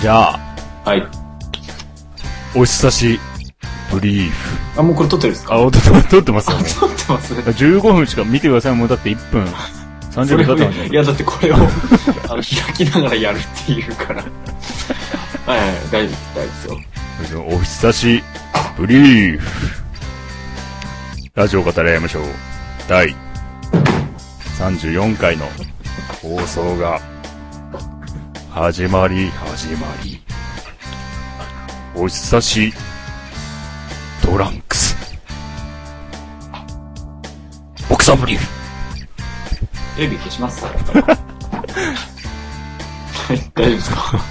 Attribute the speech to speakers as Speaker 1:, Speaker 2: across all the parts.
Speaker 1: じゃあ、
Speaker 2: はい。
Speaker 1: お久しブリーフ。
Speaker 2: あ、もうこれ撮ってるんですか
Speaker 1: あ、おと撮ってますよ
Speaker 2: あ
Speaker 1: ね。
Speaker 2: 撮ってます
Speaker 1: 15分しか見てください。もうだって1分
Speaker 2: そ
Speaker 1: 30
Speaker 2: れ
Speaker 1: 秒経った
Speaker 2: を
Speaker 1: んじゃない
Speaker 2: いや、だって これをあの開きながらやるっていうから。はいはい、大丈夫です、大丈夫ですよ。
Speaker 1: お久しブリーフ。ラジオ語り合いましょう。第34回の放送が始まり、始まり。お久しトランクス。ボクサーブリーフ。
Speaker 2: テレビ消しますはい、大丈夫ですか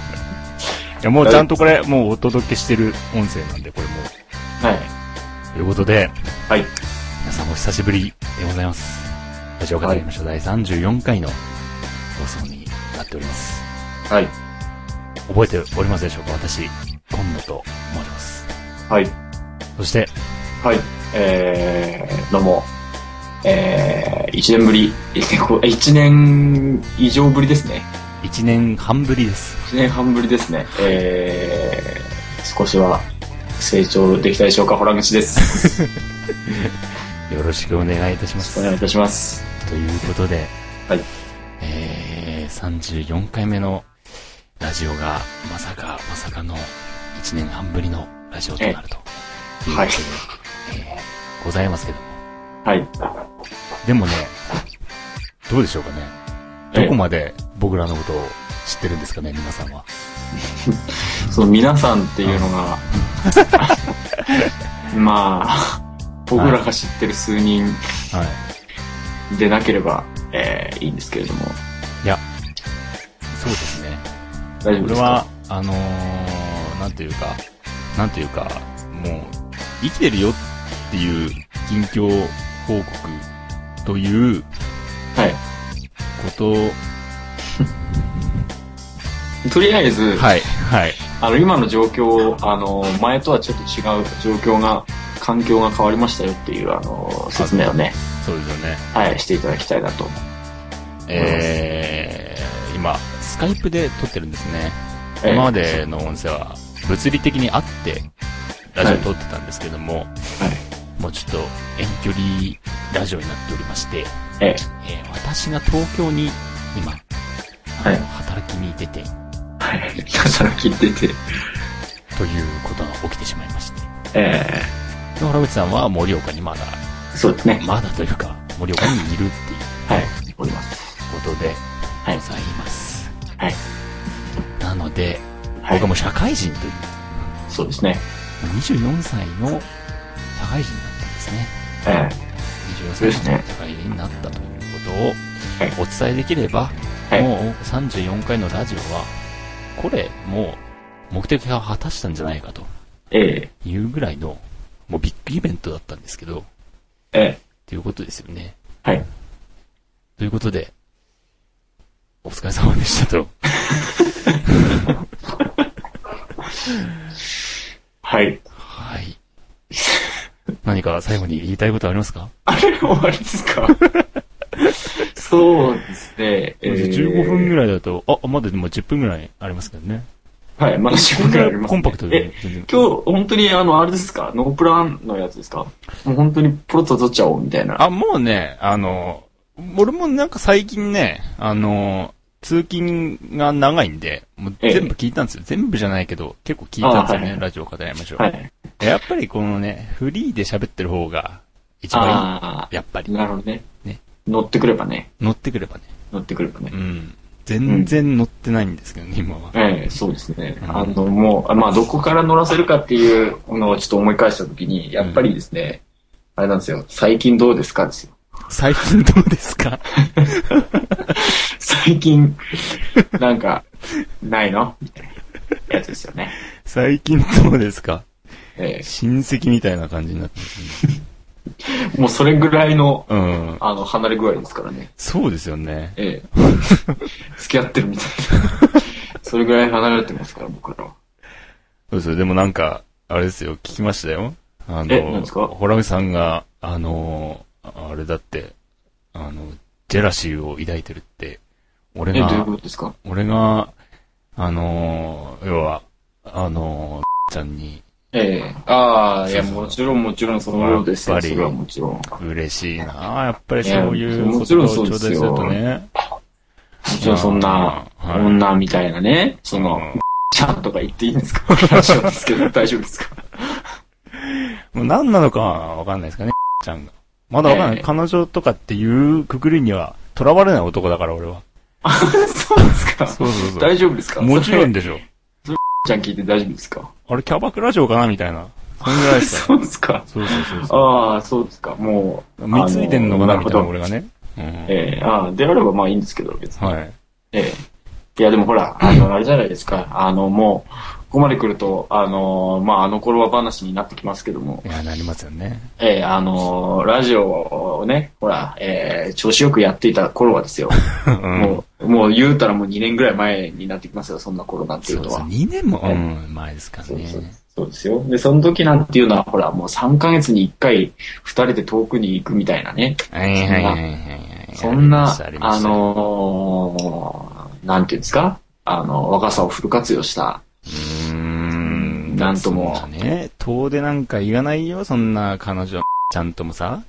Speaker 1: いや、もうちゃんとこれ、もうお届けしてる音声なんで、これもう。
Speaker 2: はい。
Speaker 1: ということで、
Speaker 2: はい。
Speaker 1: 皆さんお久しぶりでございます。ラジオ語りましょう、第34回の放送になっております。
Speaker 2: はい。
Speaker 1: 覚えておりますでしょうか私、今野と申します。
Speaker 2: はい。
Speaker 1: そして、
Speaker 2: はい。えー、どうも。えー、1年ぶり。1年以上ぶりですね。
Speaker 1: 1年半ぶりです。
Speaker 2: 1年半ぶりですね。えー、少しは成長できたでしょうか、ホラ口です。
Speaker 1: よろしくお願いいたしま
Speaker 2: お
Speaker 1: す。
Speaker 2: 願いいたします。
Speaker 1: ということで、
Speaker 2: はい
Speaker 1: えー、34回目のラジオが、まさか、まさかの1年半ぶりのラジオとなると。
Speaker 2: はいい
Speaker 1: こ
Speaker 2: う
Speaker 1: とで。えーございますけども。
Speaker 2: はい。
Speaker 1: でもね、どうでしょうかね。
Speaker 2: え
Speaker 1: どこまで僕らのことを知ってるんですかね、皆さんは。
Speaker 2: その皆さんっていうのが、 まあ、僕らが知ってる数人
Speaker 1: はい。
Speaker 2: でなければ、えー、いいんですけれども、
Speaker 1: そうですね。
Speaker 2: 大丈夫
Speaker 1: これ
Speaker 2: ですか
Speaker 1: は、あのー、なんというか、なんというか、もう、生きてるよっていう近況報告という
Speaker 2: は
Speaker 1: こと
Speaker 2: い。とりあえず、
Speaker 1: はい、はい。
Speaker 2: あの、今の状況、あの、前とはちょっと違う状況が、環境が変わりましたよっていう、あの、説明をね、
Speaker 1: そうですよね。
Speaker 2: はい、していただきたいなと。
Speaker 1: えー、今、スカイプで撮ってるんですね。
Speaker 2: えー
Speaker 1: 今までの音声は物理的にあってラジオ撮ってたんですけども、もうちょっと遠距離ラジオになっておりまして、
Speaker 2: え
Speaker 1: えー私が東京に今、あの
Speaker 2: はい
Speaker 1: 働きに出て
Speaker 2: はい。 働き出て、
Speaker 1: ということが起きてしまいまして、
Speaker 2: え
Speaker 1: で原口さんは盛岡にまだ、
Speaker 2: ー、そうですね。
Speaker 1: まだというか盛岡にいるっていう
Speaker 2: はい。おります。
Speaker 1: ことで
Speaker 2: はい
Speaker 1: ございます。
Speaker 2: はい。
Speaker 1: なので、
Speaker 2: はい
Speaker 1: 僕は。もう社会人という、
Speaker 2: そうですね。
Speaker 1: もう24歳の社会人になったんですね。
Speaker 2: え
Speaker 1: 24歳の社会人になったということをお伝えできれば、
Speaker 2: はい
Speaker 1: もう34回のラジオは、これ、もう、目的が果たしたんじゃないかと
Speaker 2: ー、え
Speaker 1: いうぐらいの、もうビッグイベントだったんですけど、
Speaker 2: ー、え
Speaker 1: ということですよね。
Speaker 2: ー、はい。
Speaker 1: ということで、お疲れ様でしたと。
Speaker 2: はい。
Speaker 1: はい。 何か最後に言いたい ことありますか、
Speaker 2: あれ終わりですか そうですね。
Speaker 1: ?15 分ぐ
Speaker 2: らい。
Speaker 1: らいだと、あ、まだでも10分ぐらいありますけどね。
Speaker 2: はい、まだ
Speaker 1: こん
Speaker 2: 15分ぐ
Speaker 1: ぐ
Speaker 2: ら
Speaker 1: ら
Speaker 2: いあ
Speaker 1: い
Speaker 2: ります、
Speaker 1: コンパクト
Speaker 2: え
Speaker 1: で。全然
Speaker 2: 今日、本当にあの、あれですかノープランのやつですかもう本当にポロッと取っちゃおうみたいな。
Speaker 1: あ、もうね、あの、俺もなんか最近ね、あの、通勤が長いんで、もう
Speaker 2: ええ
Speaker 1: 全部聞いたんですよ。全部じゃないけど、結構聞いたんですよね、
Speaker 2: あはい
Speaker 1: ラジオ語りましょう、
Speaker 2: はい。
Speaker 1: やっぱりこのね、フリーで喋ってる方が一番
Speaker 2: あ
Speaker 1: いい。やっぱ
Speaker 2: あ、
Speaker 1: り。
Speaker 2: なるほどね
Speaker 1: ね
Speaker 2: 乗ってくればね。
Speaker 1: 乗ってくればね。
Speaker 2: 乗ってくればね
Speaker 1: う。ん。全然乗ってないんですけどね、今は。
Speaker 2: ええ、そうですね。
Speaker 1: うん
Speaker 2: あの、もう、あまあ、どこから乗らせるかっていうのをちょっと思い返したときに、やっぱりですね、あれなんですよ、最近どうですかですよ。
Speaker 1: 最近どうですか
Speaker 2: 最近、なんか、ないのみたいなやつですよね。
Speaker 1: 最近どうですか
Speaker 2: え
Speaker 1: 親戚みたいな感じになって
Speaker 2: え、もうそれぐらいの、
Speaker 1: る。うん。
Speaker 2: あの、離れ具合ですからね。
Speaker 1: そうですよね。
Speaker 2: ええ。付き合ってるみたいな。それぐらい離れてますから、僕らは。
Speaker 1: そうですよ。でもなんか、あれですよ、聞きましたよ。あ
Speaker 2: え何ですか
Speaker 1: ホラムさんが、あの、あれだって、あの、ジェラシーを抱いてるって、俺
Speaker 2: え、どういうこ
Speaker 1: が、
Speaker 2: とですか
Speaker 1: 俺が、あのー、要は、あのー、ちゃんに
Speaker 2: ええああ、いや、
Speaker 1: そうそう
Speaker 2: もちろん、もちろん、そのようです
Speaker 1: や
Speaker 2: よ。
Speaker 1: っぱり
Speaker 2: それはもちろん。も
Speaker 1: 嬉しいなやっぱりそうい
Speaker 2: いうや
Speaker 1: 言葉を
Speaker 2: もちろんそう
Speaker 1: 頂戴
Speaker 2: ですすよ
Speaker 1: るとね。
Speaker 2: ちろん、そんな、
Speaker 1: うんはい
Speaker 2: 女みたいなね、その、
Speaker 1: うん
Speaker 2: ちゃんとか言っていいんです か話なんですけど、大丈夫ですか
Speaker 1: もう何なのかはわかんないですかね、ちゃんが。まだわかんない。
Speaker 2: ええ
Speaker 1: 彼女とかっていうくくりには、囚われない男だから、俺は。
Speaker 2: そうですか
Speaker 1: そうそう
Speaker 2: 大丈夫ですか
Speaker 1: もち
Speaker 2: そ
Speaker 1: ろ
Speaker 2: れ
Speaker 1: んでしょ。
Speaker 2: ちゃん聞いて大丈夫ですか
Speaker 1: あれ、キャバクラ嬢かなみたいな。そんぐらいですか
Speaker 2: そうですか
Speaker 1: そうそうそうそ
Speaker 2: ああ、そうですか。もう、
Speaker 1: う。貢いでんのかな
Speaker 2: あの
Speaker 1: みたいな、
Speaker 2: なるほど
Speaker 1: 俺がね。うん。
Speaker 2: ええああ、であればまあいいんですけど、別に。
Speaker 1: はい。
Speaker 2: ええ。いや、でも ほら、あの、あれじゃないですか。あの、もう、ここまで来ると、あの、まあ、あの頃は話になってきますけども、
Speaker 1: いや、なりますよね。
Speaker 2: ええ、あの、ラジオをね、ほら、ええ、調子よくやっていた頃はですよ。
Speaker 1: うん。
Speaker 2: もう、もう言うたらもう2年ぐらい前になってきますよ、そんな頃なんてい
Speaker 1: そうう
Speaker 2: の
Speaker 1: そう。
Speaker 2: は。
Speaker 1: 2年も、
Speaker 2: ええ
Speaker 1: うん、前ですから
Speaker 2: そうそう
Speaker 1: ね。
Speaker 2: そうですよ。で、その時なんていうのは、ほら、もう3ヶ月に1回、2人で遠くに行くみたいなね。
Speaker 1: はいはいはいはいはい。
Speaker 2: そん
Speaker 1: ありま
Speaker 2: な、あ
Speaker 1: したよ、
Speaker 2: のーなんていうんですかあの、若さをフル活用した。
Speaker 1: うーん。
Speaker 2: なんとも
Speaker 1: そんなね、遠出なんか言わないよ、そんな彼女、ちゃんともさ。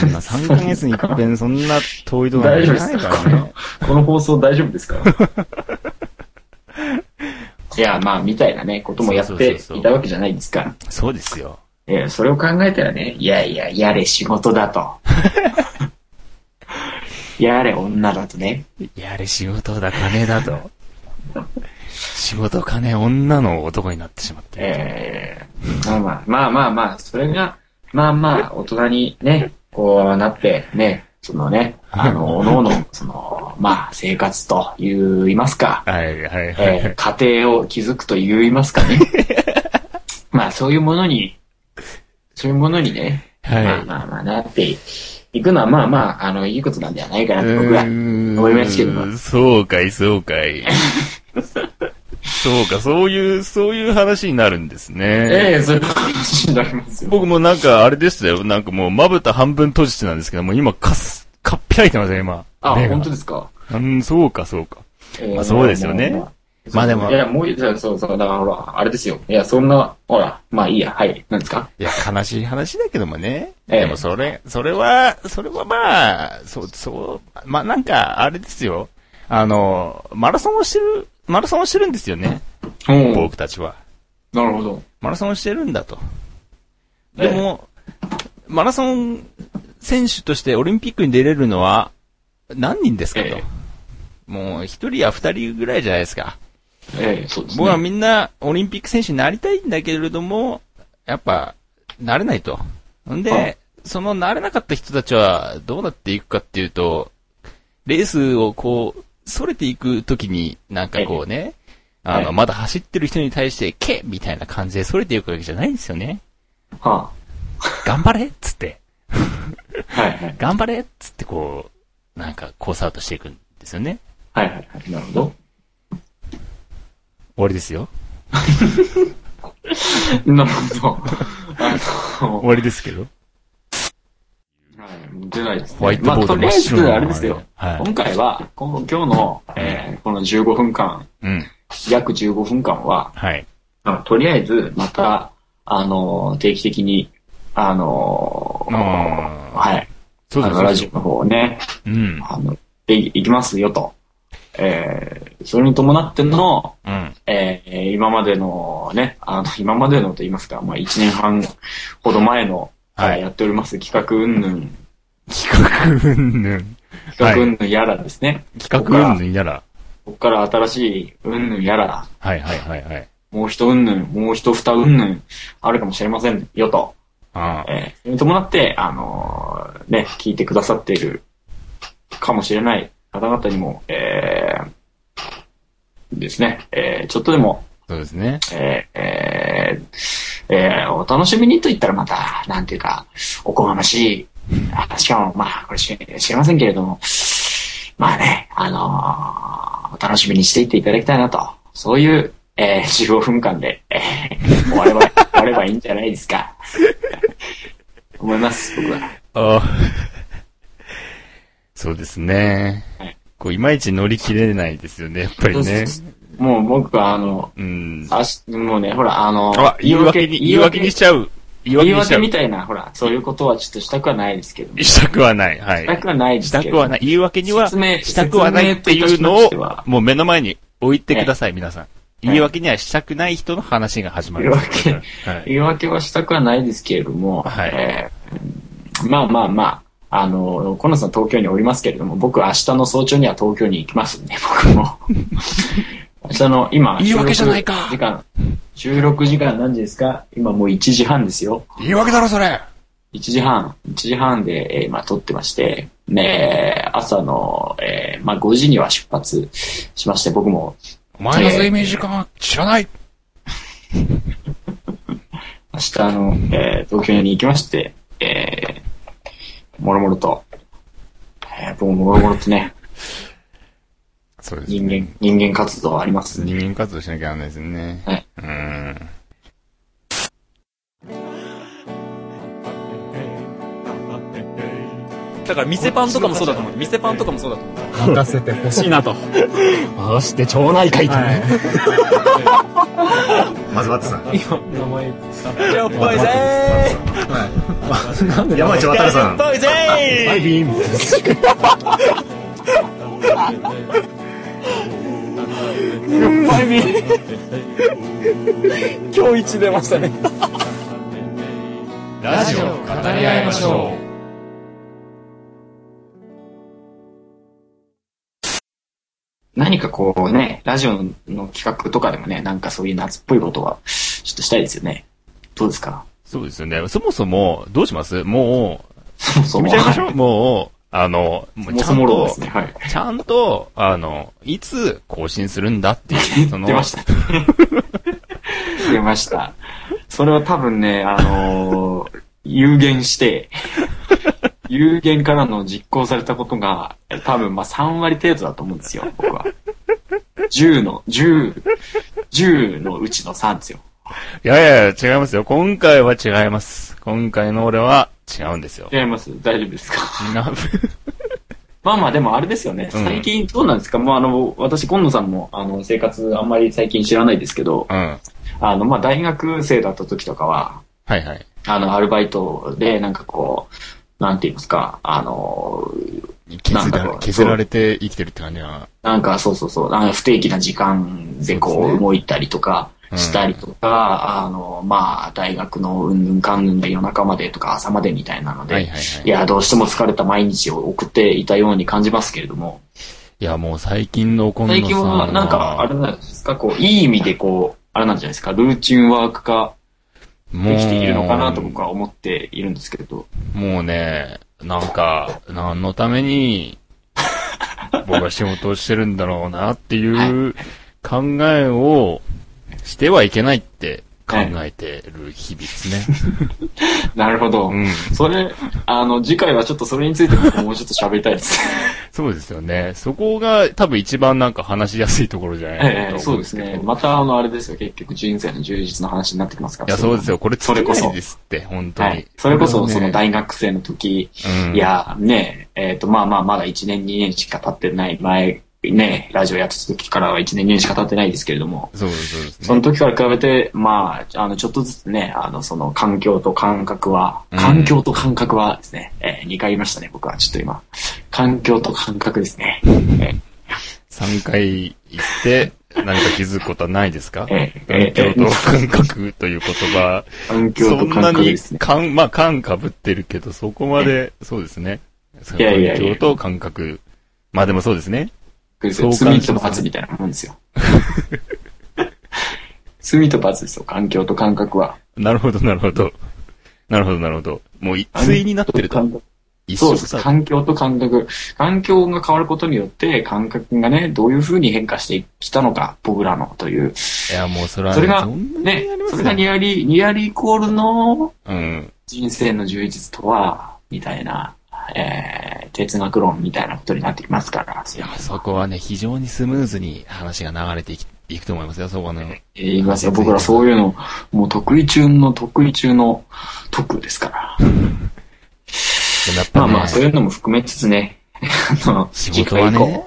Speaker 1: そんな3ヶ月に一遍そんな遠いとこなんか行かない からね。
Speaker 2: この放送大丈夫で すかいや、まあ、みたいなね、こともやっ
Speaker 1: そうそう
Speaker 2: て
Speaker 1: そうそう
Speaker 2: いたわけじゃないですか。
Speaker 1: そうですよ。
Speaker 2: えーそれを考えたらね、いやいや、やれ仕事 だと。やれ女だとね。
Speaker 1: やれ仕事だ、金だと。 仕事、金、女の男になってしまって。
Speaker 2: えーまあまあ、まあまあまあ、それが、まあまあ、大人にね、こうなって、ね、そのね、あの、おのの、その、まあ、生活と言いますか、
Speaker 1: はいはいはい。
Speaker 2: えー家庭を築くと言いますかね。まあ、そういうものに、そういうものにね、まあ
Speaker 1: は。
Speaker 2: まあまあ、なっていくのは、まあまあ、あの、いいことなんではないかないと、僕は。
Speaker 1: うーん
Speaker 2: 思いますけども
Speaker 1: そうかい、そうか い。そうか、そういう、そういう話になるんですね。
Speaker 2: ええそういう話になりますよ。
Speaker 1: 僕もなんか、あれでしたよ。なんかもう、まぶた半分閉じてなんですけども、今、かす、かっぴらいてますよ、今。
Speaker 2: あ、
Speaker 1: 目が
Speaker 2: 本当ですか。
Speaker 1: うん、そうか、そうか。
Speaker 2: えー
Speaker 1: まあそうですよね
Speaker 2: まあ
Speaker 1: まあでも
Speaker 2: いや、もういい、そうそう、だからほら、あれですよ。いや、そんな、ほら、まあいいや、はい。なんですか
Speaker 1: いや、悲しい話だけどもね。
Speaker 2: ええ
Speaker 1: でもそれ、それは、それはまあ、そう、そう、まあなんか、あれですよ。あの、マラソンをしてる、マラソンをしてるんですよね。
Speaker 2: うん
Speaker 1: 僕たちは。
Speaker 2: なるほど。
Speaker 1: マラソンをしてるんだと。で
Speaker 2: ええ
Speaker 1: も、マラソン選手としてオリンピックに出れるのは何人ですかと
Speaker 2: ええ。
Speaker 1: もう一人や二人ぐらいじゃないですか。
Speaker 2: ええそうですね。
Speaker 1: 僕はみんなオリンピック選手になりたいんだけれども、やっぱ、なれないと。んで、そのなれなかった人たちはどうなっていくかっていうと、レースをこう、逸れていくときに、なんかこうね、あ
Speaker 2: は
Speaker 1: の、
Speaker 2: い
Speaker 1: まだ走ってる人に対して、けみたいな感じで逸れていくわけじゃないんですよね。
Speaker 2: は
Speaker 1: 頑張れっつって、
Speaker 2: あ、はいはい。
Speaker 1: 頑張れっつってこう、なんかこうサートしていくんですよね。
Speaker 2: はいはいはい。なるほど。
Speaker 1: 終わりですよ。
Speaker 2: なるほど。あの、
Speaker 1: 終わりですけど。
Speaker 2: はい、出ないですね。
Speaker 1: ホワイトボード真っ
Speaker 2: まあ、とりあえず
Speaker 1: 白の
Speaker 2: あれですよ。
Speaker 1: はい
Speaker 2: 今回は、この今日の、えーこの15分間、
Speaker 1: うん。
Speaker 2: 約15分間は、
Speaker 1: はい。
Speaker 2: まあとりあえず、また、あの、定期的に、あの、
Speaker 1: あー
Speaker 2: はい、
Speaker 1: そう
Speaker 2: あ
Speaker 1: です
Speaker 2: の、
Speaker 1: そう
Speaker 2: ラ
Speaker 1: で
Speaker 2: ジ
Speaker 1: す
Speaker 2: オの方をね、
Speaker 1: うん。
Speaker 2: あの、で、いきますよと。えー、それに伴っての、
Speaker 1: うん。
Speaker 2: えー、今までのね、あの、今までのと言いますか、まあ、1年半ほど前の、
Speaker 1: はい
Speaker 2: はい、やっております企画云々
Speaker 1: 企画云々。
Speaker 2: 企画云々やらですね。
Speaker 1: 企画云々やら。
Speaker 2: ここから新しい云々やら、
Speaker 1: はいはいはいはい。
Speaker 2: もう一云々、もう一二云々あるかもしれませんよと。
Speaker 1: ああ
Speaker 2: えーそれに伴って、あのーね、聞いてくださっているかもしれない方々にも、えーですね、えーちょっとでも、
Speaker 1: そうですね。
Speaker 2: えーえーえーお楽しみにと言ったらまた、なんていうか、おこがましい。あしかも、まあ、これ知知りませんけれども、まあね、あのーお楽しみにしていっていただきたいなと、そういう、えー15分間で、えー終われば、終わればいいんじゃないですか。思います、僕は。
Speaker 1: ああ。そうですね
Speaker 2: はい。
Speaker 1: こう、いまいち乗り切れないですよね、やっぱりね。
Speaker 2: そうもう僕はあの、
Speaker 1: うん。
Speaker 2: あしもうね、ほら、あの、
Speaker 1: あ、言い訳に、言い訳にしちゃう。言い
Speaker 2: 言
Speaker 1: 訳
Speaker 2: い
Speaker 1: にしち
Speaker 2: 訳
Speaker 1: ゃう
Speaker 2: み。たいな、ほら、そういうことはちょっとしたくはないですけど、
Speaker 1: したくはない。は
Speaker 2: した
Speaker 1: い。
Speaker 2: くはないで
Speaker 1: し
Speaker 2: す
Speaker 1: た
Speaker 2: け
Speaker 1: く
Speaker 2: ど
Speaker 1: は、ない。言い訳には、
Speaker 2: 説明
Speaker 1: したくはないっていうの
Speaker 2: 説明といたしまして
Speaker 1: を
Speaker 2: は、
Speaker 1: もう目の前に置いてください、皆さん。言い訳にはしたくない人の話が始まる。
Speaker 2: 言い訳
Speaker 1: はい。
Speaker 2: 言い訳はしたくはないですけれども、
Speaker 1: はい
Speaker 2: えーまあまあまあ、あの、コナさん東京におりますけれども、僕明日の早朝には東京に行きますんで、 僕も。明日の今、
Speaker 1: 言い訳じゃないか
Speaker 2: 収録時間、収録時間何時ですか今もう1時半ですよ。
Speaker 1: 言い訳だろ、それ
Speaker 2: 1時半、1時半で、えーまあ、撮ってまして、ね、朝の、えーまあ、5時には出発しまして、僕も
Speaker 1: お前の睡眠時間は知らない
Speaker 2: 明日あの、えー東京に行きまして、えー、もろもろと、えー、僕ももろもろとね、
Speaker 1: そうです。
Speaker 2: 人間、人間活動ありますんで
Speaker 1: 人間活動しなきゃならないですね。
Speaker 2: はい。
Speaker 1: うん。
Speaker 3: だから店パンとかもそうだと思う。店パンとかもそうだと思う。
Speaker 4: 任せてほしいなと。
Speaker 5: まして町内会と
Speaker 4: はい。
Speaker 6: まずワッツさん。
Speaker 4: 名前。
Speaker 3: ジョンボイゼ
Speaker 6: 山内渡さん。
Speaker 3: ボイゼ
Speaker 5: バイビーンみたいな
Speaker 3: 今日一出ましたね。
Speaker 1: ラジオ語り合いましょう。
Speaker 2: 何かこうね、ラジオの企画とかでもね、なんかそういう夏っぽいことは、ちょっとしたいですよね。どうですか
Speaker 1: そうですよね。そもそも、どうしますもう、
Speaker 2: そも
Speaker 1: 決
Speaker 2: そも
Speaker 1: めちゃいましょう。 もう、あの、も
Speaker 2: そうも
Speaker 1: ちゃ
Speaker 2: そ
Speaker 1: ん
Speaker 2: もろで
Speaker 1: と
Speaker 2: す、ね。はい。
Speaker 1: ちゃんと、あの、いつ更新するんだっていう、その、
Speaker 2: 出ました。 出ました。それは多分ね、あのー有限して、有限からの実行されたことが、多分まあ3割程度だと思うんですよ、僕は。10の、10、10のうちの3ですよ。
Speaker 1: いやいや、違いますよ。今回は違います。今回の俺は違うんです よ。
Speaker 2: 違います大丈夫ですか
Speaker 1: 違う。
Speaker 2: まあまあでもあれですよね。
Speaker 1: うん
Speaker 2: 最近どうなんですか、もうあの、私、今野さんも、あの、生活あんまり最近知らないですけど、
Speaker 1: うん。はい
Speaker 2: あの、まあ大学生だった時とかは、
Speaker 1: はい。
Speaker 2: あの、アルバイトで、なんかこう、なんて言いますか、あの、な
Speaker 1: 削
Speaker 2: んだ
Speaker 1: ら
Speaker 2: ろう
Speaker 1: 削られて生きてるって感じは。
Speaker 2: なんかそうそうそう、あの不定期な時間で
Speaker 1: そう
Speaker 2: こ
Speaker 1: で
Speaker 2: う
Speaker 1: すね
Speaker 2: 動いたりとか
Speaker 1: うん
Speaker 2: したりとか、あの、まあ、大学のうんぬんかんぬんで夜中までとか朝までみたいなので、
Speaker 1: はい
Speaker 2: い
Speaker 1: はいはい。
Speaker 2: や、どうしても疲れた毎日を送っていたように感じますけれども、
Speaker 1: いや、もう最近の今野さん
Speaker 2: 最近はなんか、あれなんですか、こう、いい意味でこう、あれなんじゃないですか、ルーチンワーク化
Speaker 1: もう
Speaker 2: できているのかなと僕は思っているんですけれど、
Speaker 1: もうね、なんか、何のために、僕は仕事をしてるんだろうなっていう考えをしてはいけないって考えてる日々ですね。
Speaker 2: なるほど。
Speaker 1: うん。
Speaker 2: それ、あの、次回はちょっとそれについてももうちょっと喋りたい です。
Speaker 1: そうですよね。そこが多分一番なんか話しやすいところじゃないかな
Speaker 2: え
Speaker 1: と
Speaker 2: え、
Speaker 1: 思
Speaker 2: そうんです
Speaker 1: けど
Speaker 2: ね。また、あの、あれですよ。結局、人生の充実の話になってきますか
Speaker 1: い
Speaker 2: ら。
Speaker 1: や、そうです
Speaker 2: よ。
Speaker 1: よ。これ、
Speaker 2: それこそ
Speaker 1: ですって、本当に。
Speaker 2: はい。それこそ、
Speaker 1: ね
Speaker 2: その大学生の時、
Speaker 1: うん
Speaker 2: いや、ねえ、えっと、まあまあ、まだ1年、2年しか経ってない前、ねえ、ラジオやってた時からは1年、2年しか経ってないですけれども、
Speaker 1: そうです、そうですね。
Speaker 2: その時から比べて、まあ、あの、ちょっとずつね、あの、その環境と感覚は、
Speaker 1: うん
Speaker 2: 環境と感覚はですね、え2回言いましたね、僕は。ちょっと今。環境と感覚ですね。
Speaker 1: 3回行って、何か気づくことはないですか
Speaker 2: ええ
Speaker 1: 環
Speaker 2: ええ
Speaker 1: 境と感覚という言葉。
Speaker 2: 環境
Speaker 1: そ
Speaker 2: と
Speaker 1: んな
Speaker 2: 感覚
Speaker 1: に
Speaker 2: ですね。
Speaker 1: 感、まあ、感かぶってるけど、そこまで、そうですね。環
Speaker 2: いやいやいや
Speaker 1: 境と感覚。まあでもそうですね。そう
Speaker 2: 罪と罰みたいなも んですよ。罪と罰ですよ、環境と感覚は。
Speaker 1: なるほど、なるほど。なるほど、なるほど。もう、い対になってると。
Speaker 2: 環境
Speaker 1: 一
Speaker 2: そう
Speaker 1: 緒
Speaker 2: です。
Speaker 1: さ。
Speaker 2: 環境と感覚。環境が変わることによって、感覚がね、どういう風に変化してきたのか、僕らのという。
Speaker 1: いや、もうそれは
Speaker 2: それが
Speaker 1: そんな
Speaker 2: ね
Speaker 1: にありま、
Speaker 2: そ
Speaker 1: す
Speaker 2: れが
Speaker 1: ね。
Speaker 2: ニアリ、ニアリイコールの
Speaker 1: うん。
Speaker 2: 人生の充実とは、みたいな、えー、哲学論みたいなことになってきますから。
Speaker 1: いや、そこはね、非常にスムーズに話が流れていきいくと思いますよ、そこはね。
Speaker 2: えー言いますよ。僕らそういうの、もう得意中の得意中の得ですから。
Speaker 1: でもやっぱ
Speaker 2: まあ
Speaker 1: ね、
Speaker 2: まあ、そういうのも含めつつね、あの、
Speaker 1: 仕事は
Speaker 2: 次回以降
Speaker 1: ね、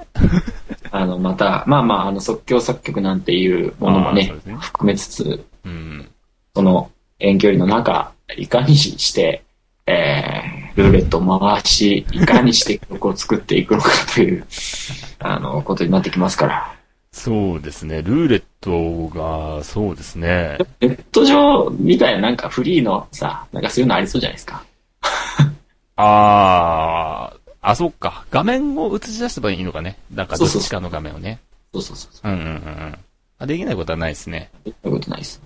Speaker 2: あの、また、まあまあ、あの、即興作曲なんていうものも
Speaker 1: あー
Speaker 2: ね
Speaker 1: そうですね、
Speaker 2: 含めつつ、
Speaker 1: うん。
Speaker 2: その遠距離の中、いかにして、えー、ルーレットを回し、いかにして曲を作っていくのかという、 あの、ことになってきますから。
Speaker 1: そうですね。ルーレットが、そうですね。
Speaker 2: ネット上みたいななんかフリーのさ、なんかそういうのありそうじゃないですか。
Speaker 1: あー、あ、そっか。画面を映し出せばいいのかね。なんかどっちかの画面をね。
Speaker 2: そうそうそうそ
Speaker 1: うんうんうんうんあ。できないことはないですね。
Speaker 2: う。そういうことないです。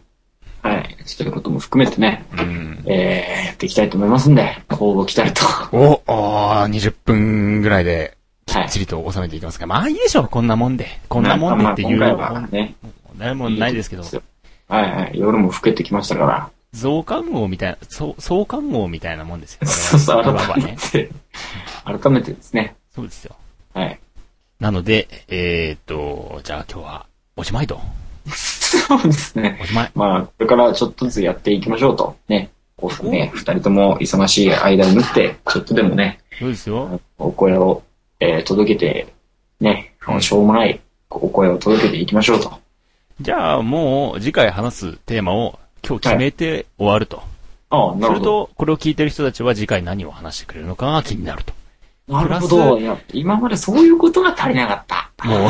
Speaker 2: はい。そういうことも含めてね、
Speaker 1: うん。
Speaker 2: えー、やっていきたいと思いますんで、こうご期待 と。は
Speaker 1: お、あー、20分ぐらいで、きっ
Speaker 2: い。
Speaker 1: ちりと収めていきますが。まあいいでしょう、こんなもんで。こんなもんでっていう。
Speaker 2: なんかまあ今回はね、
Speaker 1: 誰もないですけど、
Speaker 2: はいはい。夜も更けてきましたから。
Speaker 1: 増刊号みたいな、そう増刊号みたいなもんですよ。
Speaker 2: そうそう、
Speaker 1: いわば
Speaker 2: 改め
Speaker 1: ね。
Speaker 2: て、改めてですね。
Speaker 1: そうですよ。
Speaker 2: はい。
Speaker 1: なので、えー、っと、じゃあ今日は、おしまいと。
Speaker 2: そうですね。
Speaker 1: おしまい。
Speaker 2: まあ、これからちょっとずつやっていきましょうと。ね。こうね、二人とも忙しい間を縫って、ちょっとでもね、
Speaker 1: そうですよ。
Speaker 2: お声を、えー届けて、ね、しょうもないお声を届けていきましょうと。
Speaker 1: じゃあもう、次回話すテーマを今日決めて終わると。
Speaker 2: ああ、な
Speaker 1: する
Speaker 2: るほど。
Speaker 1: と、これを聞いてる人たちは次回何を話してくれるのかが気になると。
Speaker 2: なるほ
Speaker 1: プラ
Speaker 2: ど。
Speaker 1: ス
Speaker 2: いや、今までそういうことが足りなかった。
Speaker 1: もう、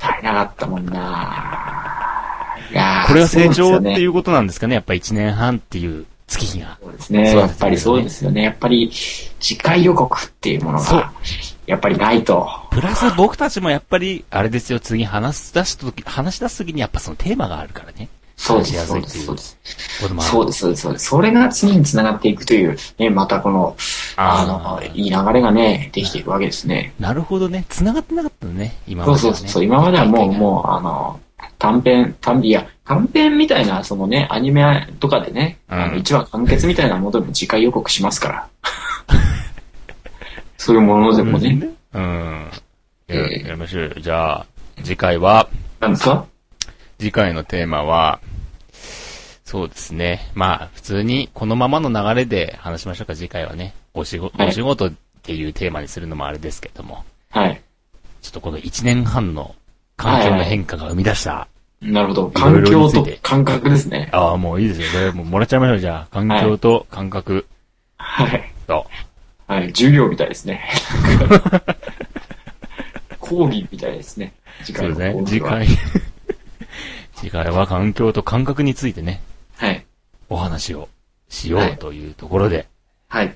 Speaker 2: 足りなかったもんないやー
Speaker 1: これが成長っ
Speaker 2: そうですよね
Speaker 1: ていうことなんですかね。やっぱ1年半っていう月日が。
Speaker 2: そうですね。
Speaker 1: そう
Speaker 2: や
Speaker 1: なんですよね
Speaker 2: っぱりそうですよね。やっぱり、次回予告っていうもの
Speaker 1: そう
Speaker 2: が、やっぱりないと。
Speaker 1: プラス僕たちもやっぱり、あれですよ、次話し出すとき、話し出すときにやっぱそのテーマがあるからね。
Speaker 2: そうで
Speaker 1: 話しやす
Speaker 2: す、そ
Speaker 1: いうっ
Speaker 2: で
Speaker 1: てい
Speaker 2: す、
Speaker 1: う
Speaker 2: そうです。
Speaker 1: こともある
Speaker 2: そうです、そうですそうです。それが次につながっていくという、ね、またこの、あ
Speaker 1: あ
Speaker 2: の、
Speaker 1: ー
Speaker 2: いい流れがね、できていくわけですね。
Speaker 1: なるほどね。繋がってなかったのね、今
Speaker 2: そ
Speaker 1: まで
Speaker 2: うそ
Speaker 1: は
Speaker 2: う
Speaker 1: ね、
Speaker 2: そう。今まではもう、もう、あの、短編、短、いや、短編みたいな、そのね、アニメとかでね、あ
Speaker 1: う
Speaker 2: の、
Speaker 1: ん
Speaker 2: 一話完結みたいなものでも次回予告しますから。 そういうものでもね。
Speaker 1: うん。
Speaker 2: え
Speaker 1: や
Speaker 2: え
Speaker 1: やりましょうよ。じゃあ、次回は、
Speaker 2: なんですか
Speaker 1: 次回のテーマは、そうですね。まあ、普通にこのままの流れで話しましょうか、次回はね。お仕事、
Speaker 2: はい
Speaker 1: お仕事っていうテーマにするのもあれですけども、
Speaker 2: はい。
Speaker 1: ちょっとこの1年半の環境の変化が生み出した、
Speaker 2: なるほど。
Speaker 1: いろい
Speaker 2: 環
Speaker 1: ろに
Speaker 2: 境
Speaker 1: つい
Speaker 2: と
Speaker 1: て
Speaker 2: 感覚ですね。
Speaker 1: ああ、もういいですよ。これもうもらっちゃいましょう、じゃあ。環境と感覚
Speaker 2: はい。
Speaker 1: と。
Speaker 2: はい。授業みたいです ね。講義みたいですね。次
Speaker 1: そう
Speaker 2: 回
Speaker 1: で
Speaker 2: の
Speaker 1: すね。次
Speaker 2: 講義は。
Speaker 1: 回。 次回は環境と感覚についてね、
Speaker 2: はい。
Speaker 1: お話をしよ
Speaker 2: は
Speaker 1: う
Speaker 2: い
Speaker 1: というところで、
Speaker 2: はい。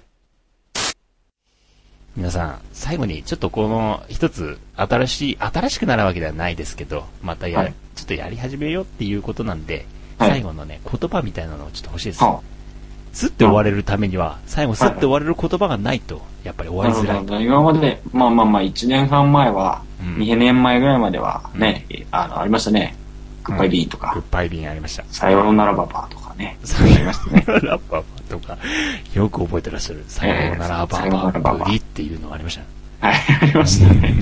Speaker 1: 皆さん、最後にちょっとこの一つ、新しい、新しくなるわけではないですけど、またや、
Speaker 2: はい
Speaker 1: ちょっとやり始めようっていうことなんで、
Speaker 2: はい
Speaker 1: 最後のね、言葉みたいなのをちょっと欲しいです。
Speaker 2: は
Speaker 1: スッて終われるためには、最後スッて終われる言葉がないと、やっぱり
Speaker 2: あ
Speaker 1: 終
Speaker 2: な
Speaker 1: わり
Speaker 2: るほ
Speaker 1: づらい。
Speaker 2: ど。今まで、まあまあまあ、1年半前は、
Speaker 1: うん
Speaker 2: 2年前ぐらいまではね、あの、ありましたね。グッバイビーと
Speaker 1: グ
Speaker 2: か
Speaker 1: ッ、バイビンありました。
Speaker 2: さようならばばとかね。
Speaker 1: そう
Speaker 2: ありましたね。
Speaker 1: ラッパーとか、よく覚えてらっしゃる。さようならバ
Speaker 2: さような
Speaker 1: ー
Speaker 2: ら
Speaker 1: バ
Speaker 2: バ
Speaker 1: ー
Speaker 2: ー
Speaker 1: ブ
Speaker 2: バ
Speaker 1: リっていうのがありましたね。
Speaker 2: はい、ありましたね。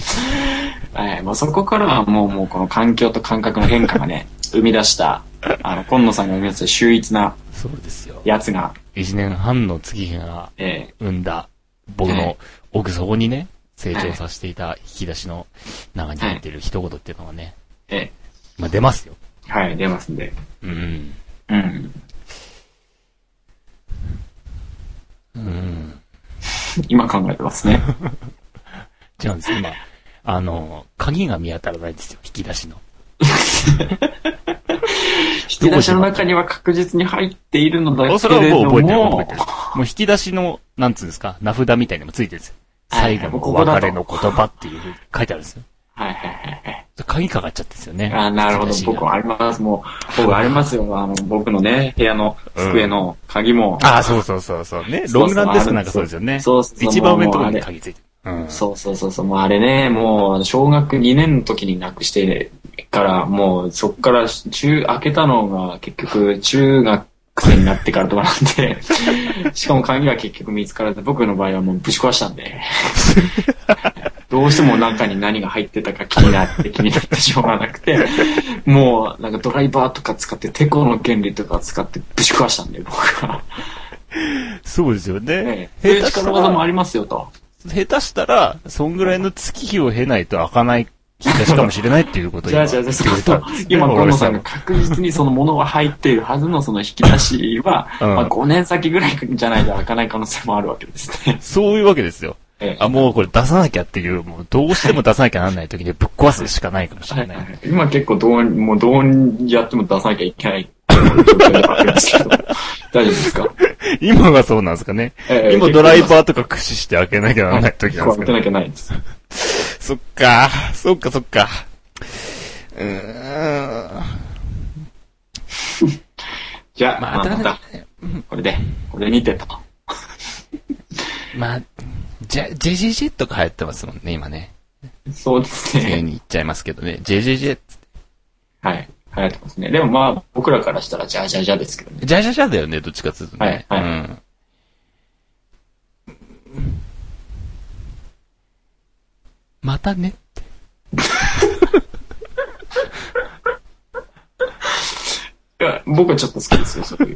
Speaker 2: はい、もうそこからはもう、もうこの環境と感覚の変化 がね、生み出した、あの、今野さんが生み出した秀逸な
Speaker 1: そうですよ。
Speaker 2: やつが、
Speaker 1: 一年半の月日が
Speaker 2: え
Speaker 1: 生んだ、僕
Speaker 2: は
Speaker 1: の
Speaker 2: い
Speaker 1: 奥底にね、成長させていた引き出しの中に入ってる一言っていうのがね、
Speaker 2: ー、え
Speaker 1: まあ出ますよ。
Speaker 2: ー、はい、出ますんで。
Speaker 1: うん。
Speaker 2: うん。
Speaker 1: うん。
Speaker 2: 今考えてま すね。
Speaker 1: 違うんです、今。あの、鍵が見当たらないんですよ、引き出しの。
Speaker 2: 引き出しの中には確実に入っているのだ
Speaker 1: そ
Speaker 2: け
Speaker 1: れは
Speaker 2: れ
Speaker 1: も
Speaker 2: ども、
Speaker 1: う覚えてる、覚えてる。もう引き出しの、なんつうんですか、名札みたいにもついてるんですよ。
Speaker 2: は
Speaker 1: 最
Speaker 2: い
Speaker 1: 後のお別れの言葉っていうふうに書いてあるんですよ。
Speaker 2: はいはいはいはい。
Speaker 1: 鍵かかっちゃってるんですよね。
Speaker 2: あーなるほ
Speaker 1: 引
Speaker 2: ど
Speaker 1: き出し。が
Speaker 2: 僕もあります。もう、僕ありますよ。あの、僕のね、部屋の机の鍵も、
Speaker 1: ああ、そうそうそうそう。ね。
Speaker 2: そう
Speaker 1: ロングランデスクなんかそうですよね。
Speaker 2: そうそう
Speaker 1: 一番上のところ
Speaker 2: もう
Speaker 1: に
Speaker 2: あれ
Speaker 1: 鍵ついてる。うん。
Speaker 2: そうそうそうそう、もうあれね、もう小学2年の時になくしてから、もうそっから中、開けたのが結局中学生になってからとかなんで、しかも鍵が結局見つからず、僕の場合はもうぶち壊したんで、どうしても中に何が入ってたか気になって気になってしょうがなくて、もうなんかドライバーとか使って、テコの原理とか使ってぶち壊したんで、僕は。
Speaker 1: そうですよ
Speaker 2: ね
Speaker 1: ね。
Speaker 2: え、
Speaker 1: 下手し
Speaker 2: 力
Speaker 1: た
Speaker 2: 技もあ
Speaker 1: ら、
Speaker 2: りますよと。
Speaker 1: 下手したら、そんぐらいの月日を経ないと開かない出しかもしれないっていうことを
Speaker 2: じ
Speaker 1: 今
Speaker 2: ゃあじゃあ、
Speaker 1: 言って
Speaker 2: そ
Speaker 1: く
Speaker 2: う
Speaker 1: れた。
Speaker 2: 今、
Speaker 1: ね
Speaker 2: 河野さんが確実にそのものが入っているはずのその引き出しは、
Speaker 1: うん
Speaker 2: まあ5年先ぐらいじゃないと開かない可能性もあるわけですね。
Speaker 1: そういうわけですよ。
Speaker 2: ええ
Speaker 1: あ、もうこれ出さなきゃっていう、もうどうしても出さなきゃなんない時にぶっ壊すしかないかもしれない。
Speaker 2: 今結構どう、もうどうやっても出さなきゃいけない状況ではありますけど。大丈夫ですか
Speaker 1: 今はそうなんですかね。
Speaker 2: ええ
Speaker 1: 今ドライバーとか駆使して開けなきゃならない時なんです
Speaker 2: 壊
Speaker 1: か
Speaker 2: れて
Speaker 1: ね。
Speaker 2: なきゃないです。
Speaker 1: そっか、そっかそっか。うーん。
Speaker 2: じゃあ、ま
Speaker 1: ま
Speaker 2: あ、また
Speaker 1: た、、
Speaker 2: これで、これにてと。
Speaker 1: まあ、じゃ、ジェジェジェとか流行ってますもんね、今ね。
Speaker 2: そうです
Speaker 1: 次
Speaker 2: ね。
Speaker 1: に行っちゃいますけどね。ジェジェジェ、
Speaker 2: はい。流行ってますね。でもまあ、僕らからしたら、じゃあじゃあじゃあですけどね。
Speaker 1: ジャジャジャだよね、どっちかっていうとね。
Speaker 2: はいはい
Speaker 1: うん。またねって。
Speaker 2: いや僕はちょっと好きですよ、そういう。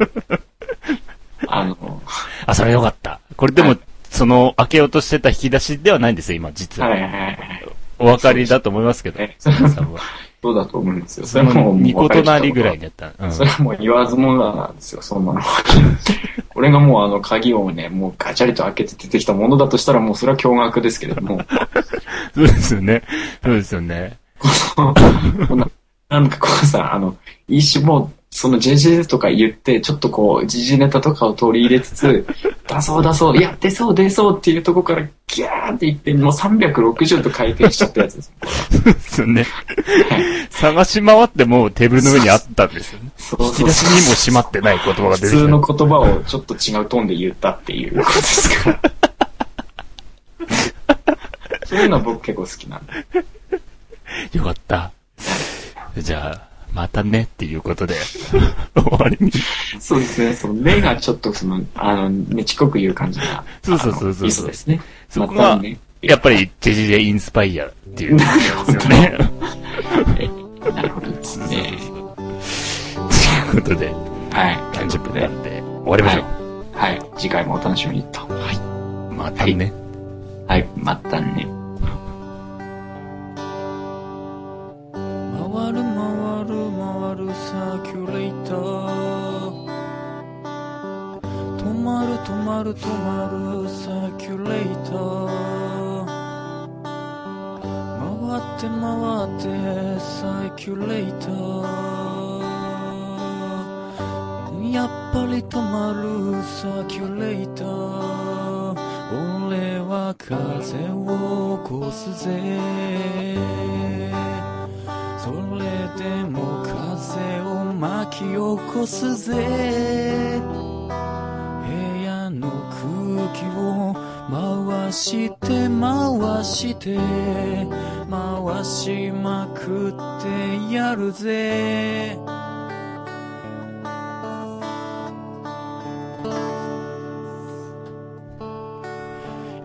Speaker 2: あ の、
Speaker 1: あ、それよかった。これでも、
Speaker 2: はい
Speaker 1: その、開けようとしてた引き出しではないんですよ、今、実は。
Speaker 2: はいはいはい。
Speaker 1: お分かりだと思いますけど、
Speaker 2: ええ
Speaker 1: さんは。
Speaker 2: そうだと思うんですよ。そ
Speaker 1: そ
Speaker 2: れはも
Speaker 1: の、
Speaker 2: う、
Speaker 1: ニコ
Speaker 2: と
Speaker 1: 隣ぐらいだった。うん
Speaker 2: それはもう言わずもがなんですよ、そんなの。 俺がもうあの鍵をね、もうガチャリと開けて出てきたものだとしたらもうそれは驚愕ですけれども、
Speaker 1: そうですよね。そうですよね。
Speaker 2: こんななんかこうさ、あの、一種もう、その JJ とか言って、ちょっとこう、時事ネタとかを取り入れつつ、 出そう出そう、いや、出そう出そうっていうとこからギャーって言って、もう360度回転しちゃったやつです。
Speaker 1: そうですよね。探し回ってもテーブルの上にあったんですよね。
Speaker 2: そう
Speaker 1: 引き出しにもしまってない言葉が
Speaker 2: 普
Speaker 1: 出てき
Speaker 2: 通
Speaker 1: た
Speaker 2: の。言葉をちょっと違うトーンで言ったっていうことですから。そういうのは僕結構好きなんで。
Speaker 1: よかった。じゃあ、またねっていうことで、終わりに。
Speaker 2: そうですね。その目がちょっとその、あの、ね、ちこく言う感じが。
Speaker 1: そうそうそうそう
Speaker 2: あのいいですね。
Speaker 1: そこが
Speaker 2: またね、
Speaker 1: やっぱり、ジェジェジェインスパイアって いうことですよね。
Speaker 2: なるほどですね。
Speaker 1: ということで、
Speaker 2: はい。という
Speaker 1: 30
Speaker 2: こ
Speaker 1: 分
Speaker 2: とで
Speaker 1: な。んで、終わりましょう。
Speaker 2: はい。次回もお楽しみにと。
Speaker 1: またね。
Speaker 2: はい。またね。
Speaker 3: 回る回る回るサーキュレーター止まる止まる止まるサーキュレーター回って回ってサーキュレーターやっぱり止まるサーキュレーター俺は風を起こすぜそれでも風を巻き起こすぜ部屋の空気を回して回して回しまくってやるぜ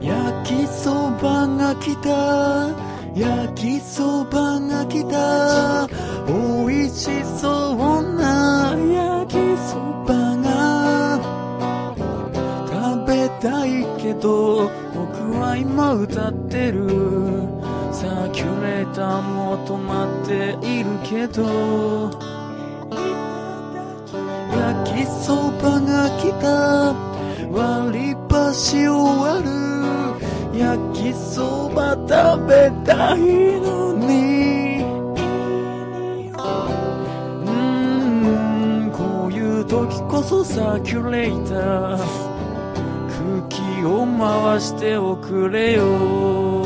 Speaker 3: 焼きそばが来た焼きそばが来た美味しそうな焼きそばが食べたいけど僕は今歌ってるサーキュレーターも止まっているけど焼きそばが来た割り箸を割る焼きそば食べたいのにうーんこういう時こそサーキュレーター空気を回しておくれよ